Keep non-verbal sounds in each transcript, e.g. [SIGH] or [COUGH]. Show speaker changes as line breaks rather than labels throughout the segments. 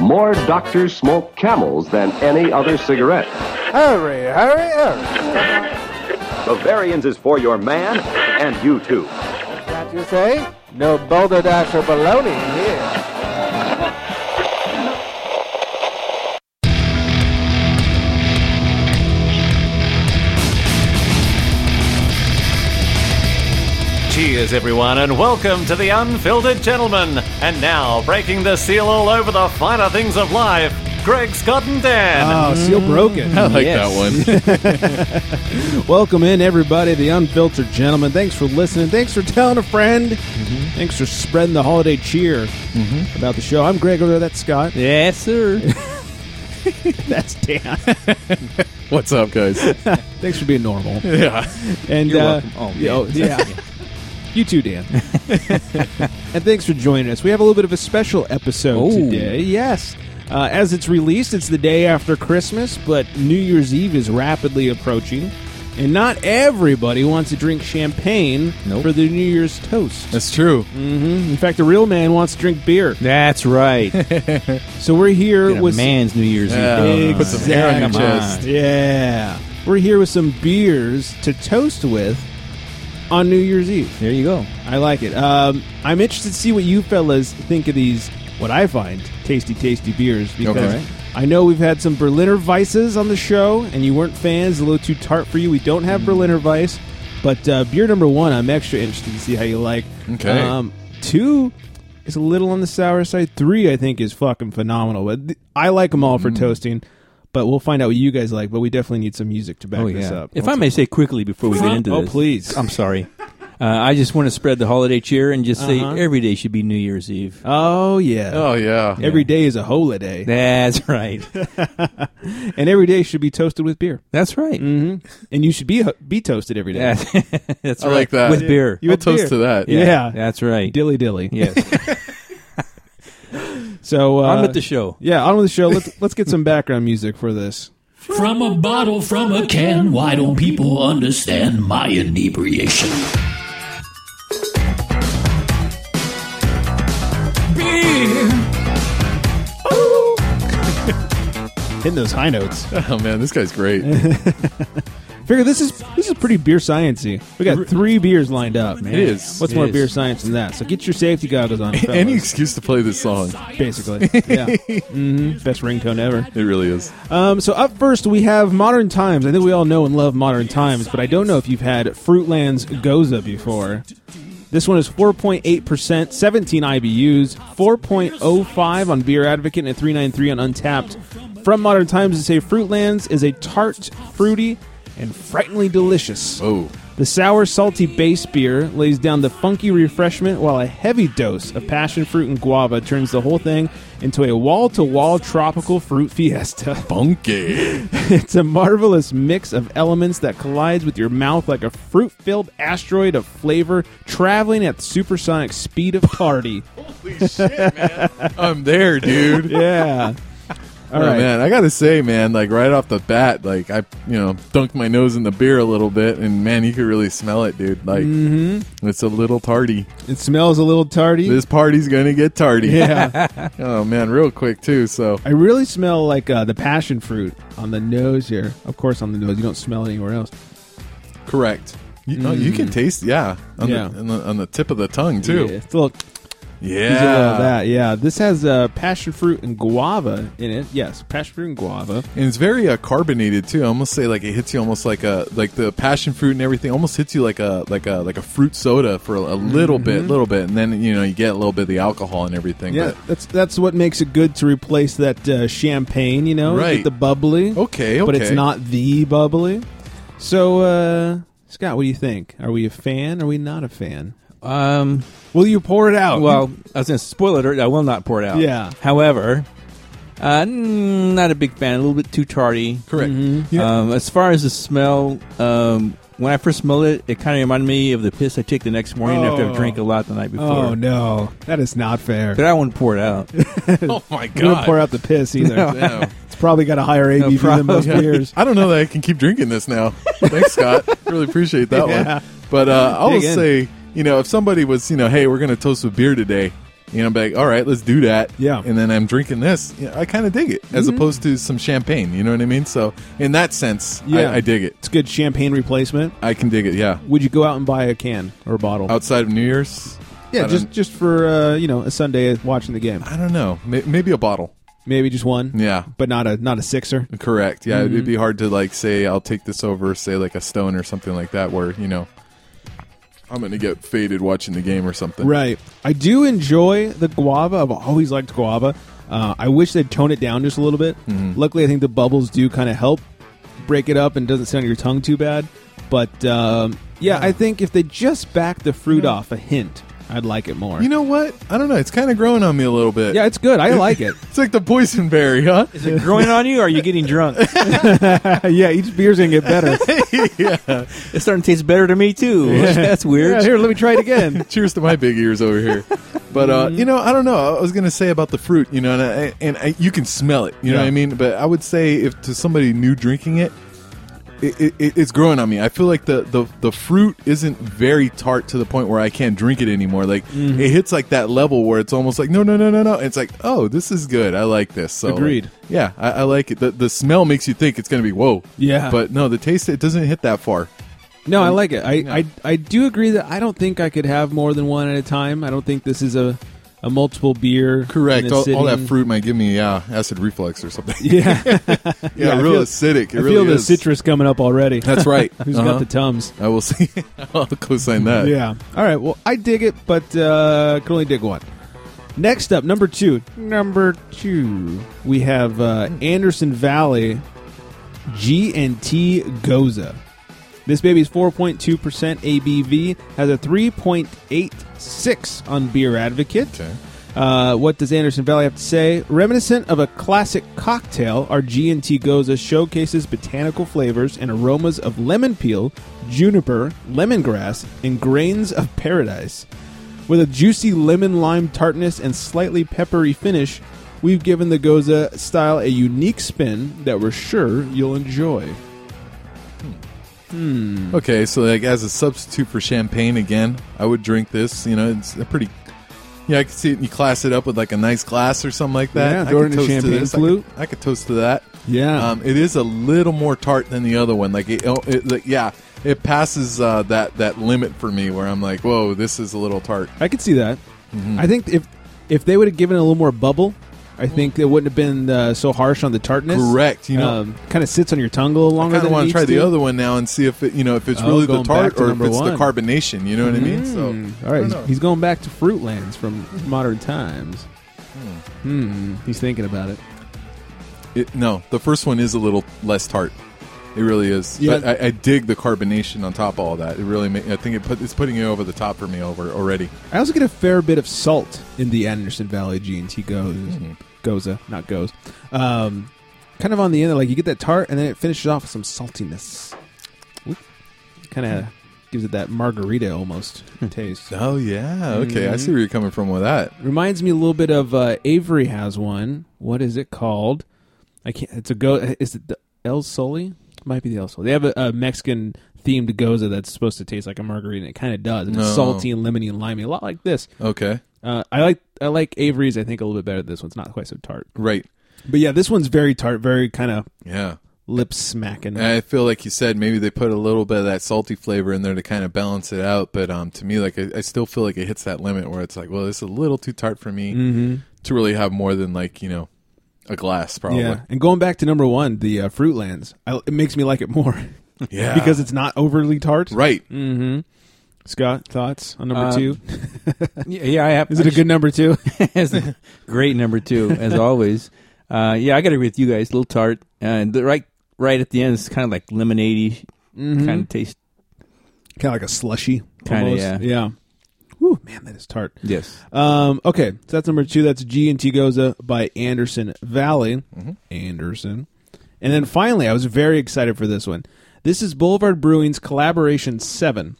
more doctors smoke camels than any other cigarette.
Hurry, hurry, hurry.
Bavarians is for your man and you too.
Can't you say? No boulder dash or baloney here.
Cheers, everyone, and welcome to the Unfiltered Gentleman. And now, breaking the seal all over the finer things of life, Greg, Scott, and Dan.
Oh, seal broken.
I like
Yes.
that one.
Welcome in, everybody, the Unfiltered Gentleman. Thanks for listening. Thanks for telling a friend.
Mm-hmm.
Thanks for spreading the holiday cheer about the show. I'm Greg over there. That's Scott.
Yes, sir.
[LAUGHS] That's Dan.
What's up, guys?
[LAUGHS] Thanks for being normal.
Yeah.
And
You're
uh,
welcome. Oh,
yeah,
man.
yeah. you too,
[LAUGHS]
Dan. and thanks for joining us. We have a little bit of a special episode
Oh.
today. Yes. Uh, as it's released, it's the day after Christmas, but New Year's Eve is rapidly approaching, and not everybody wants to drink champagne
Nope.
for their New Year's toast. Mm-hmm.
That's true.
In fact, a real man wants to drink beer.
That's right.
[LAUGHS] So we're here
a
with
man's New Year's Eve.
Put some air on your
Come on.
chest.
yeah, we're here with some beers to toast with on New Year's Eve.
There you go.
I like it. Um, I'm interested to see what you fellas think of these. What I find tasty, tasty beers because
Okay.
I know we've had some Berliner Weisses on the show, and you weren't fans. A little too tart for you. We don't
Hmm.
have Berliner Weiss, but uh, beer number one, I'm extra interested to see how you like.
Okay.
Um, two is a little on the sour side. Three, I think, is fucking phenomenal. But th- I like them all
Hmm.
for toasting. But we'll find out what you guys like. But we definitely need some music to back
Oh,
this
yeah.
up.
If I may say quickly before we get into
Oh,
this.
please.
I'm sorry. Uh, I just want to spread the holiday cheer and just
Uh-huh.
say every day should be New Year's Eve.
oh yeah.
Oh yeah.
Every day is a
[LAUGHS]
holiday.
That's
[LAUGHS]
right.
and every day should be toasted with beer.
That's right.
Mm-hmm. And you should be be toasted every day.
Yeah. [LAUGHS] That's
I
right.
like that.
With beer.
You
I'll
with
toast
beer.
to that.
Yeah.
That's right.
Dilly dilly.
Yes.
[LAUGHS] So uh,
I'm at the show.
yeah, on with the show. Let's let's get some background music for this.
From a bottle, from a can, why don't people understand my inebriation? Beer!
Hitting those high notes.
Oh man, this guy's great.
Figure this is this is pretty beer sciency. We got three beers lined up.
It is.
What's
It
more
is.
beer science than that? So get your safety goggles [LAUGHS] on, fellas,
Any excuse to play this song.
[LAUGHS] basically. Yeah, hmm best ringtone ever.
It really is.
Um, so up first we have Modern Times. I think we all know and love Modern Times, but I don't know if you've had Fruitland's Goza before. This one is 4.8%, 17 IBUs, 4.05 on Beer Advocate, and 393 on Untapped. From Modern Times, they say Fruitlands is a tart, fruity, and frighteningly delicious.
Oh.
The sour, salty base beer lays down the funky refreshment, while a heavy dose of passion fruit and guava turns the whole thing into a wall to wall tropical fruit fiesta.
Bunky.
It's a marvelous mix of elements that collides with your mouth like a fruit filled asteroid of flavor traveling at the supersonic speed of
[LAUGHS]
party.
I'm there, [LAUGHS] dude.
yeah. All
oh
right.
man, I gotta say, man, like right off the bat, like I, you know, dunked my nose in the beer a little bit, and man, you could really smell it, dude. Like, it's a little tardy.
It smells a little tardy.
This party's gonna get
[LAUGHS]
tardy.
yeah.
[LAUGHS] Oh man, real quick too. So
I really smell like uh, the passion fruit on the nose here. Of course, on the nose. You don't smell it anywhere else.
correct. You, no, you can taste, Mm. yeah, on,
Yeah.
The, on, the, on the tip of the tongue
Yeah,
too.
it's a little,
Yeah,
it's a little of that. Yeah. This has uh, passion fruit and guava in it. Yes. Passion fruit and guava.
and it's very uh, carbonated too. I almost say like it hits you almost like a like the passion fruit and everything almost hits you like a like a like a fruit soda for a, a little bit, little bit, and then you know you get a little bit of the alcohol and everything.
Mm-hmm. Yeah, that's that's what makes it good to replace that uh, champagne. You know, You get
Right.
the bubbly.
Okay,
but it's
okay.
not the bubbly. So, uh, Scott, what do you think? Are we a fan? Are we not a fan?
Um,
Will you pour it out?
well, I was going to spoil it. Or Uh, I will not pour it out.
Yeah.
However, uh, mm, not a big fan. A little bit too tardy.
correct.
Mm-hmm.
Yeah.
Um, as far as the smell, um, when I first smelled it, it kind of reminded me of the piss I take the next morning after
Oh.
I've drank a lot the night before.
oh no, that is not fair.
But I wouldn't pour it out.
[LAUGHS] oh my
You don't
god.
pour out the piss
[LAUGHS]
either.
Yeah.
It's probably got a higher ABV than most
Yeah.
beers.
I don't know that I can keep drinking this now. Thanks, Scott. really appreciate that
Yeah.
one. But uh, I will
Dig in.
say, you know, if somebody was, you know, hey, we're going to toast with beer today, You know, be like, all right, let's do that.
Yeah. Mm-hmm.
And then I'm drinking this. You know, I kind of dig it, as opposed to some champagne. You know what I mean? So in that sense,
Yeah.
I, I dig it.
It's good champagne replacement.
I can dig it. Yeah.
Would you go out and buy a can or a
Oh,
bottle?
Outside of New Year's,
yeah,
I
just
don't-
just for uh, you know a Sunday watching the game.
I don't know. May- maybe a bottle.
Maybe just one.
Yeah.
but not a not a sixer.
Correct. Yeah, it'd be hard to like say I'll take this over, say like a stone or something like that, where you know I'm gonna get faded watching the game or something.
Right. I do enjoy the guava. I've always liked guava. Uh, I wish they'd tone it down just a little bit.
Mm-hmm.
Luckily, I think the bubbles do kind of help break it up and doesn't sit on your tongue too bad. But um, yeah, I think if they just back the fruit off a hint, I'd like it more.
You know what? I don't know. It's kind of growing on me a little bit.
yeah, it's good. I like it.
It's like the boysenberry, huh?
[LAUGHS] Is it growing on you or are you getting drunk?
[LAUGHS] yeah, each beer's gonna get
[LAUGHS]
better.
It's starting to taste better to me too. [LAUGHS] That's weird.
here, let me try it again.
[LAUGHS] Cheers to my big ears over here. But uh,
Mm-hmm.
you know, I don't know. I was gonna say about the fruit, you know, and I, and I, you can smell it. You know
Yeah.
what I mean? But I would say if to somebody new drinking it. It, it- it, it's growing on me. I feel like the, the, the fruit isn't very tart to the point where I can't drink it anymore. Like
Mm-hmm.
it hits like that level where it's almost like no no no no no. It's like oh this is good. I like this. So like,
Agreed.
yeah, I, I like it. The, the smell makes you think it's gonna be whoa.
Yeah.
But no, the taste it doesn't hit that far.
No, I like it. I, I I do agree that I don't think I could have more than one at a time. I don't think this is a, a multiple beer.
Correct.
and a
All, all that
sitting-
fruit might give me yeah acid reflux or something.
[LAUGHS] Yeah.
[LAUGHS] Yeah,
Yeah, I
real
feel-
acidic. It
I
really
feel the
is.
citrus coming up already.
That's right.
[LAUGHS] Who's
Uh-huh.
got the tums?
I will see. [LAUGHS] I'll co-sign that.
Yeah. All right. Well, I dig it, but uh, can only dig one. Next up, number two. Number two, we have uh, Anderson Valley G and T Goza. This baby's 4.2% ABV, has a 3.86 on Beer Advocate.
Okay.
Uh, what does Anderson Valley have to say? Reminiscent of a classic cocktail, our G&T Goza showcases botanical flavors and aromas of lemon peel, juniper, lemongrass, and grains of paradise. With a juicy lemon lime tartness and slightly peppery finish, we've given the Goza style a unique spin that we're sure you'll enjoy.
Okay, so like as a substitute for champagne again, I would drink this. You know, it's a pretty. Yeah, I could see it. You class it up with like a nice glass or something like that.
Yeah,
I
throw it in
could
a
toast to
champagne
this. I
flute.
could- I could, toast to that.
Yeah.
um, it is a little more tart than the other one. Like, it, oh, it like, yeah, it passes uh, that that limit for me where I'm like, whoa, this is a little tart.
I could see that. I think if if they would have given it a little more bubble, I think it wouldn't have been uh, so harsh on the tartness.
Correct, you know.
kind of sits on your tongue a little
I
longer.
kind of
want
want to try the other one now and see if it, you know, if it's
Oh,
really the
going back
tart
to
or if
number
it's the
one.
carbonation. You know what I mean? So,
All right, he's, he's going back to Fruitlands from modern times. Hmm. He's thinking about it.
It, no, the first one is a little less tart. It really is.
Yeah.
But I, I dig the carbonation on top of all that. It really, ma- I think it put, it's putting it over the top for me over already.
I also get a fair bit of salt in the Anderson Valley G and T goes
Mm-hmm.
goza, not goes. Um, kind of on the end, like you get that tart, and then it finishes off with some saltiness. Kind of gives it that margarita almost taste.
Oh yeah, okay, I see where you're coming from with that.
Reminds me a little bit of uh, Avery has one. What is it called? I can't. It's a go. Is it the El Soli? Might be the El Soli. They have a, a Mexican themed goza that's supposed to taste like a margarita. and It kind of does. And
No.
it's salty and lemony and limey, a lot like this.
Okay,
Uh, I like I like Avery's. I think a little bit better. than This one's not quite so tart.
right,
But yeah, this one's very tart, very kind of
yeah.
lip smacking.
And I feel like you said maybe they put a little bit of that salty flavor in there to kind of balance it out. But um, to me, like I, I still feel like it hits that limit where it's like, well, this is a little too tart for me
Mm-hmm.
to really have more than like you know a glass, probably. [LAUGHS]
yeah, and going back to number one, the uh, Fruitlands. I, it makes me like it more [LAUGHS]
Yeah.
because it's not overly tart.
right. Um,
Scott, thoughts on number
Uh,
two?
[LAUGHS] Yeah, yeah, I have.
Is it a good number
[LAUGHS]
two?
good? great number two, [LAUGHS] as always. Uh, yeah, I got to agree with you guys. A little tart, and the right, right at the end, it's kind of like lemonade kind of taste.
kind of like a slushy.
Kinda,
almost.
yeah.
Yeah. Woo, man, that is tart.
Yes,
Um, okay, so that's number two. That's G and T Goza by Anderson Valley. Anderson. And then finally, I was very excited for this one. This is Boulevard Brewing's Collaboration 7.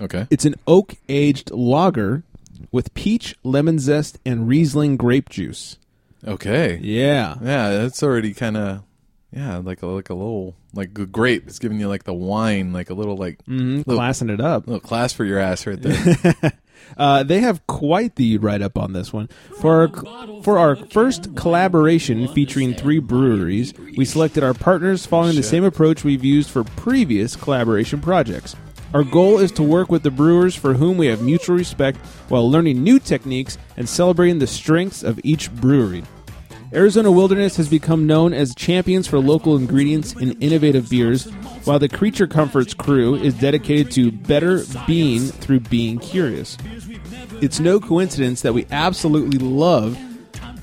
Okay.
It's an oak aged lager with peach, lemon zest, and Riesling grape juice.
Okay.
Yeah.
Yeah, that's already kind of yeah, like a like a little like a grape. It's
Mm-hmm.
giving you like the wine, like a little like
Classing it up. [LAUGHS]
little class for your ass right there.
Uh, they have quite the write up on this one. For our, for our first collaboration featuring three breweries, we selected our partners following the same approach we've used for previous collaboration projects. Our goal is to work with the brewers for whom we have mutual respect while learning new techniques and celebrating the strengths of each brewery. Arizona Wilderness has become known as champions for local ingredients and innovative beers, while the Creature Comforts crew is dedicated to better being through being curious. It's no coincidence that we absolutely love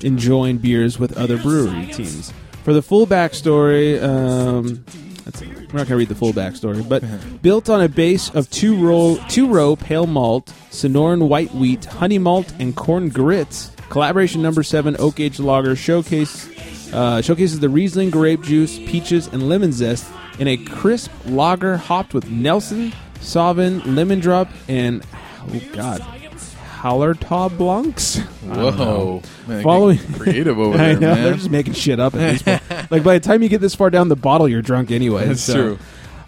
enjoying beers with other brewery teams. For the full backstory, um, that's, we're not going to read the full backstory, but built on a base of two row, two row pale malt, Sonoran white wheat, honey malt, and corn grits, collaboration number seven oak aged lager showcase uh, showcases the Riesling grape juice, peaches, and lemon zest in a crisp lager hopped with Nelson, Sauvin, lemon drop, and oh god, Hallertau
[LAUGHS]
Blancs.
Whoa. Man,
Following-
getting creative
[LAUGHS] I
over there,
know they're
man.
just making shit up at this
[LAUGHS]
point. like by the time you get this far down the bottle, you're drunk anyway.
That's
so.
true.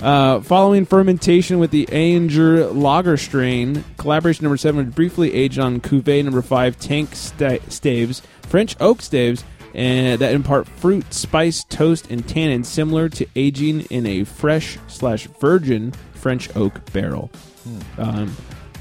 Uh, following fermentation with the Anger Lager strain, collaboration number seven was briefly aged on cuvee number five tank sta- staves, French oak staves, and that impart fruit, spice, toast, and tannin similar to aging in a fresh slash virgin French oak barrel. Um,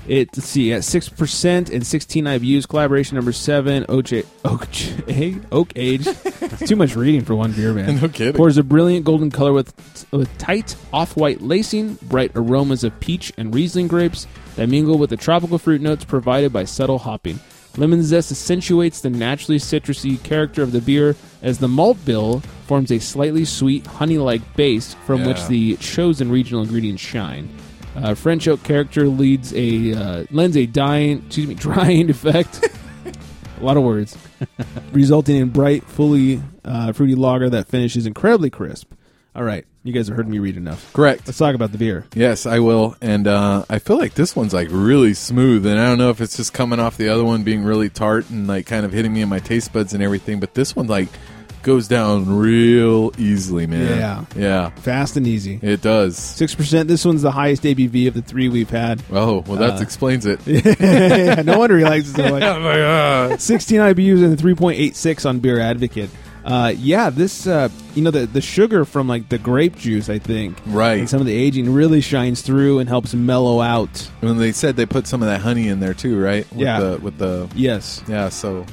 it let's see at six percent and sixteen IBUs. Collaboration number seven, OJ, oak, hey, [LAUGHS] oak age. it's too much reading for one beer, man.
[LAUGHS] [LAUGHS] No kidding.
Pours a brilliant golden color with with tight off-white lacing, bright aromas of peach and Riesling grapes that mingle with the tropical fruit notes provided by subtle hopping. Lemon zest accentuates the naturally citrusy character of the beer as the malt bill forms a slightly sweet, honey-like base from which
Yeah.
the chosen regional ingredients shine. Uh, French oak character leads a uh, lends a dying, excuse me, [LAUGHS] drying effect. a lot of words, [LAUGHS] resulting in bright, fully uh, fruity lager that finishes incredibly crisp. All right, you guys have heard me read enough.
Correct.
Let's talk about the beer.
Yes, I will. And uh, I feel like this one's like really smooth. And I don't know if it's just coming off the other one being really tart and like kind of hitting me in my taste buds and everything. But this one like goes down real easily, man. Yeah.
Fast and easy.
Yeah. It does.
Six percent. This one's the highest ABV of the three we've had.
Oh, well, that explains it.
[LAUGHS] yeah, no wonder he likes it so
[LAUGHS]
much.
uh.
16 IBUs and a 3.86 on Beer Advocate. Uh, yeah, this uh, you know the the sugar from like the grape juice, I think,
Right.
and some of the aging really shines through and helps mellow out.
When they said they put some of that honey in there too, right? With
Yeah.
The, with the
Yes,
yeah, so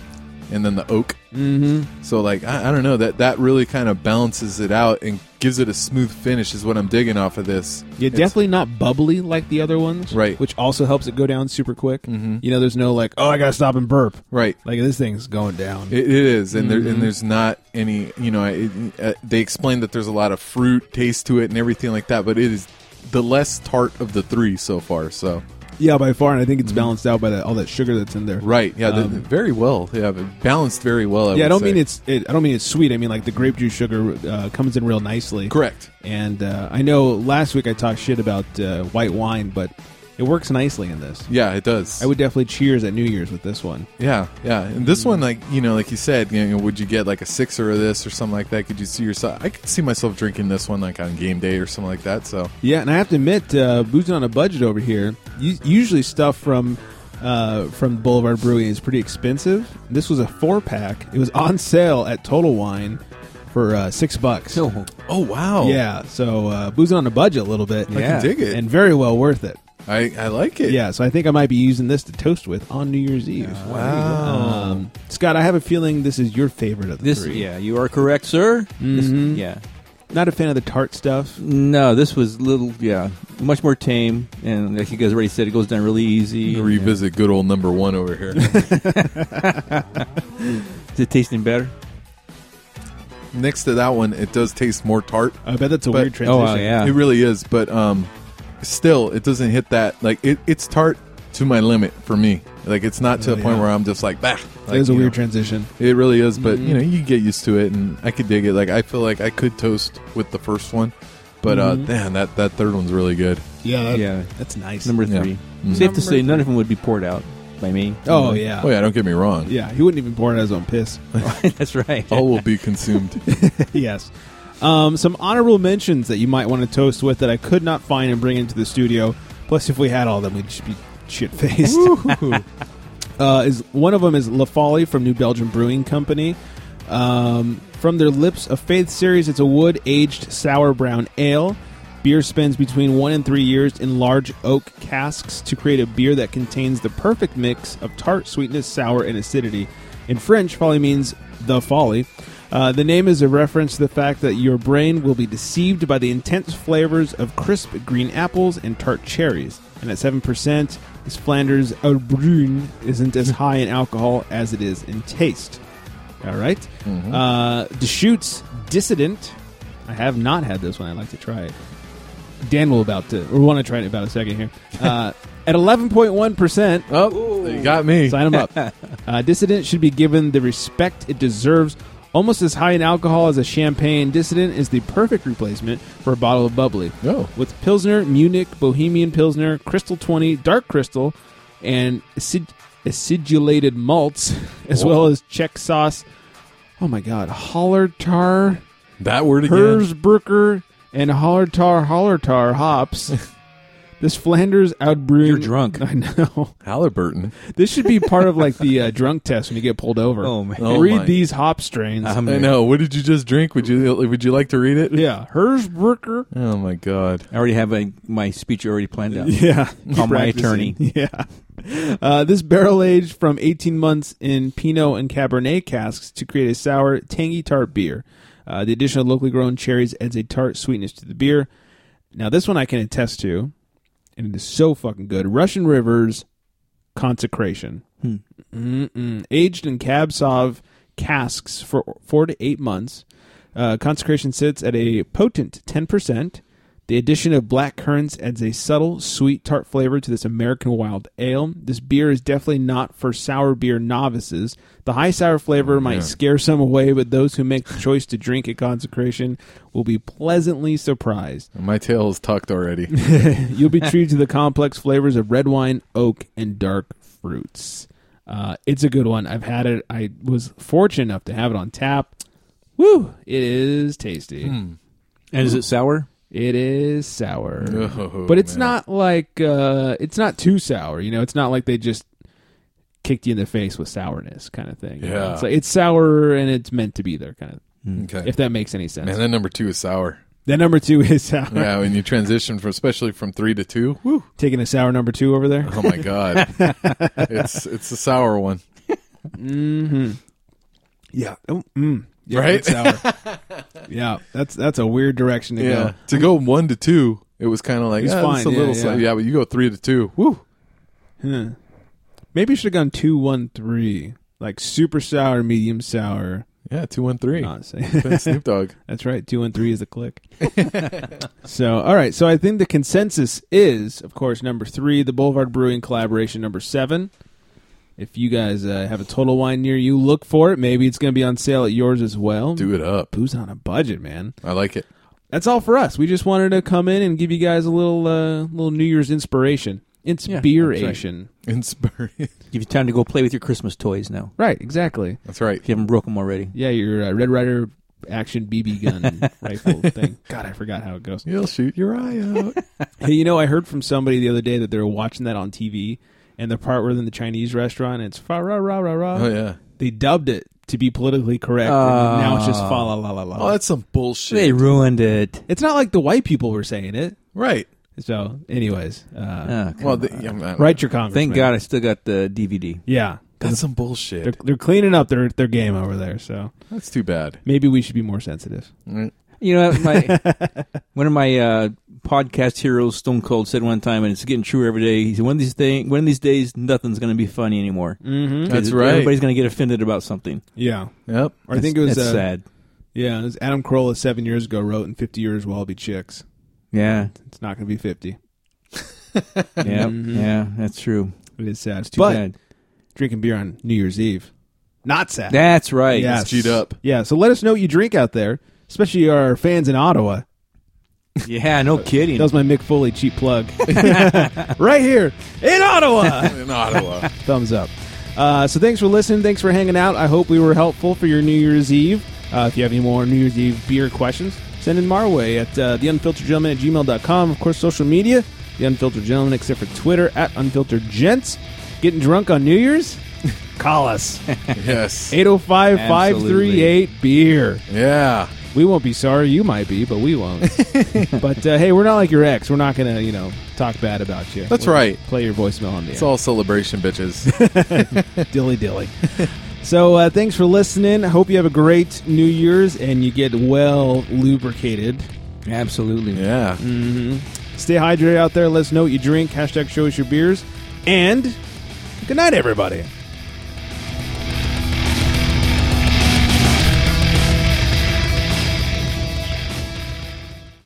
and then the oak. Mm-hmm. So like I, I don't know that that really kind of balances it out and gives it a smooth finish is what I'm digging off of this.
yeah,
It's-
definitely not bubbly like the other ones,
Right.
Which also helps it go down super quick. Mm-hmm. You know, there's no like, oh, I gotta stop and burp.
right.
Like this thing's going down.
It, it is, and there
Mm-hmm.
and there's not any. You know, it, uh, they explained that there's a lot of fruit taste to it and everything like that, but it is the less tart of the three so far. So
yeah, by far, and I think it's balanced out by that, all that sugar that's in there.
Mm-hmm. right, yeah, the-
Um,
very well, yeah, but balanced very well.
yeah,
I
I
would
don't
say.
mean it's. It, I don't mean it's sweet. I mean like the grape juice sugar uh, comes in real nicely.
correct.
And uh, I know last week I talked shit about uh, white wine, but it works nicely in this.
Yeah, it does.
I would definitely cheers at New Year's with this one.
Yeah, yeah. And this
Mm.
one, like you know, like you said, you know, would you get like a sixer of this or something like that? Could you see yourself? I could see myself drinking this one like on game day or something like that. So
Yeah, and I have to admit, uh, boozing on a budget over here. u- Usually, stuff from uh, from Boulevard Brewing is pretty expensive. This was a four pack. It was on sale at Total Wine for uh, six bucks.
oh wow,
Yeah, so uh, boozing on a budget a little bit.
Yeah.
dig it.
and very well worth it.
I I like it.
Yeah, so I think I might be using this to toast with on New Year's Eve.
Wow.
Um, Scott, I have a feeling this is your favorite of the
This,
three.
yeah, you are correct, sir. This- yeah.
Not a fan of the tart stuff.
No, this was little, yeah, much more tame. And like you guys already said, it goes down really easy.
Revisit good old number one over here.
Is it tasting better?
Next to that one, it does taste more tart.
I bet that's a
But-
weird transition.
Oh, yeah.
It really is, but um, still, it doesn't hit that like it, it's tart to my limit for me. Like it's not to
Oh,
the point
yeah.
where I'm just like, bah.
it is a
Like, you
weird Mm-hmm.
know,
transition.
It really is, but you know, you get used to it, and I could dig it. Like I feel like I could toast with the first one, but
Mm-hmm.
uh, damn, that that third one's really good.
Yeah, that-
Yeah.
that's nice.
Number
Yeah.
three. Safe to say, none of them would be poured out by me.
oh yeah,
Oh yeah, don't get me wrong.
yeah. He wouldn't even pour it out his own [LAUGHS] piss.
That's right.
All will be
[LAUGHS]
consumed.
yes. Um, some honorable mentions that you might want to toast with that I could not find and bring into the studio. Plus, if we had all of them, we'd just be shit faced. [LAUGHS] uh, is one of them is La Folly from New Belgium Brewing Company. Um, from their Lips of Faith series, it's a wood aged sour brown ale. Beer spends between one and three years in large oak casks to create a beer that contains the perfect mix of tart, sweetness, sour, and acidity. In French, folly means the folly. Uh, the name is a reference to the fact that your brain will be deceived by the intense flavors of crisp green apples and tart cherries. And at 7%, this Flanders Brune isn't as high in alcohol as it is in taste. All right. Uh, Deschutes Dissident. I have not had this one. I'd like to try it. Dan will about to, or want to try it in about a second here. Uh, [LAUGHS] at 11.1%.
Oh, you got me.
Sign them
[LAUGHS]
up. uh, dissident should be given the respect it deserves. Almost as high in alcohol as a champagne, Dissident is the perfect replacement for a bottle of bubbly.
Oh.
With Pilsner, Munich, Bohemian Pilsner, Crystal 20, Dark Crystal, and acid- acidulated malts, [LAUGHS] as well as Czech sauce. Oh my God. Hollertar,
That word again.
Herzbrucker, and Hollertar, Hollertar
[LAUGHS]
hops. this Flanders outbrewing.
You're
[LAUGHS]
drunk.
I know.
Halliburton.
This should be part of like the uh, drunk test when you get pulled over.
Oh, man.
Oh,
read
my.
these hop strains.
I'm
I
there.
know. What did you just drink? Would you would you like to read it?
yeah, Herzberger.
Oh my god.
I already have a, my speech already planned out.
Yeah,
Call my attorney.
[LAUGHS] Yeah, uh, this barrel aged from 18 months in Pinot and Cabernet casks to create a sour, tangy tart beer. Uh, the addition of locally grown cherries adds a tart sweetness to the beer. Now, this one I can attest to, and it is so fucking good. Russian Rivers Consecration. Mm-mm. Aged in Cab Sauv casks for four to eight months. Uh, consecration sits at a potent 10%. The addition of black currants adds a subtle, sweet, tart flavor to this American wild ale. This beer is definitely not for sour beer novices. The high sour flavor might scare some away, but those who make the choice to drink at consecration will be pleasantly surprised.
My tail is tucked already.
You'll be treated to the complex flavors of red wine, oak, and dark fruits. Uh, it's a good one. I've had it. I was fortunate enough to have it on tap. Woo! It is tasty.
Hmm.
And is it sour?
It is sour,
Oh,
[LAUGHS] but it's
man.
not like uh, it's not too sour. You know, it's not like they just kicked you in the face with sourness kind of thing. you know?
Yeah.
it's like it's sour and it's meant to be there kind of.
Okay.
If that makes any sense.
Man, that number two
[LAUGHS]
is sour.
That number two is sour.
Yeah, when you transition from especially from three to two. Woo.
[LAUGHS] Taking a sour number two over there.
Oh
[LAUGHS]
my god. it's it's a sour one.
Yeah. Oh, mm. Yeah,
Right?
that's sour. yeah, that's that's a weird direction to
[LAUGHS] Yeah.
go.
To go one to two, it was kind of like
It's
ah,
fine,
It's a
yeah,
little
yeah.
sli- yeah. but you go three to two. Woo.
Huh. Maybe you should have gone two, one, three, like super sour, medium sour. [LAUGHS]
Yeah, two one three.
Not saying.
Snoop Dogg. [LAUGHS]
That's right. Two and three is a click. so, all right. So, I think the consensus is, of course, number three, the Boulevard Brewing collaboration, number seven. If you guys uh, have a total wine near you, look for it. Maybe it's going to be on sale at yours as well.
Do it up.
Booze on a budget, man.
I like it.
That's all for us. We just wanted to come in and give you guys a little, uh, little New Year's inspiration, inspiration.
Inspiring.
Give you time to go play with your Christmas toys now.
right. exactly.
[LAUGHS] That's right.
If you haven't broke them already.
Yeah, your uh, Red Rider action BB
[LAUGHS]
gun rifle thing. God, I forgot how it goes.
You'll shoot your eye
[LAUGHS]
out.
Hey, you know, I heard from somebody the other day that they were watching that on TV, and the part where they're in the Chinese restaurant, it's fa ra ra ra ra.
oh yeah.
They dubbed it to be politically correct, and now it's just fa la la la
Oh,
la.
that's some bullshit.
They ruined it.
it's not like the white people were saying it.
Right.
So, anyways, uh,
Ah, come
Well,
on.
the, yeah, man.
write your congressman.
thank God I still got the DVD.
Yeah,
That's some
they're,
bullshit.
they're cleaning up their their game over there. So
That's too bad.
maybe we should be more sensitive.
You know, my [LAUGHS] one of my uh, podcast heroes, Stone Cold, said one time, and it's getting true every day. He said, "One of these things, one of these days, nothing's going to be funny anymore.
Mm-hmm.
That's right.
Everybody's going to get offended about something.
Yeah,
Yep.
or I think it was
That's
uh,
sad.
yeah, it was Adam Carolla seven years ago wrote in fifty years we'll all be chicks.
Yeah,
It's not going to be fifty.
yeah, yeah. That's true.
It is sad.
It's too
but
bad.
drinking beer on New Year's Eve. Not sad.
That's right.
Yes.
It's G'd up.
Yeah, so let us know what you drink out there, especially our fans in Ottawa.
Yeah, no kidding.
That was my Mick Foley cheap plug. [LAUGHS] right here in Ottawa.
In Ottawa.
Thumbs up. Uh, so thanks for listening. Thanks for hanging out. I hope we were helpful for your New Year's Eve. Uh, if you have any more New Year's Eve beer questions, send them our way at uh, theunfilteredgentleman at gmail.com. Of course, social media. The Unfiltered Gentleman, except for Twitter at Unfiltered Gents. Getting drunk on New Year's? Call us.
Yes.
805 538 beer.
Yeah.
We won't be sorry. You might be, but we
[LAUGHS]
won't. but uh, hey, we're not like your ex. We're not going to, you know, talk bad about you.
That's
We'll
right.
Play your voicemail on the
It's
air.
all celebration, bitches.
dilly dilly. [LAUGHS] so uh, thanks for listening. I hope you have a great New Year's and you get well lubricated.
Absolutely.
yeah.
Stay hydrated out there. Let us know what you drink. Hashtag show us your beers. And good night, everybody.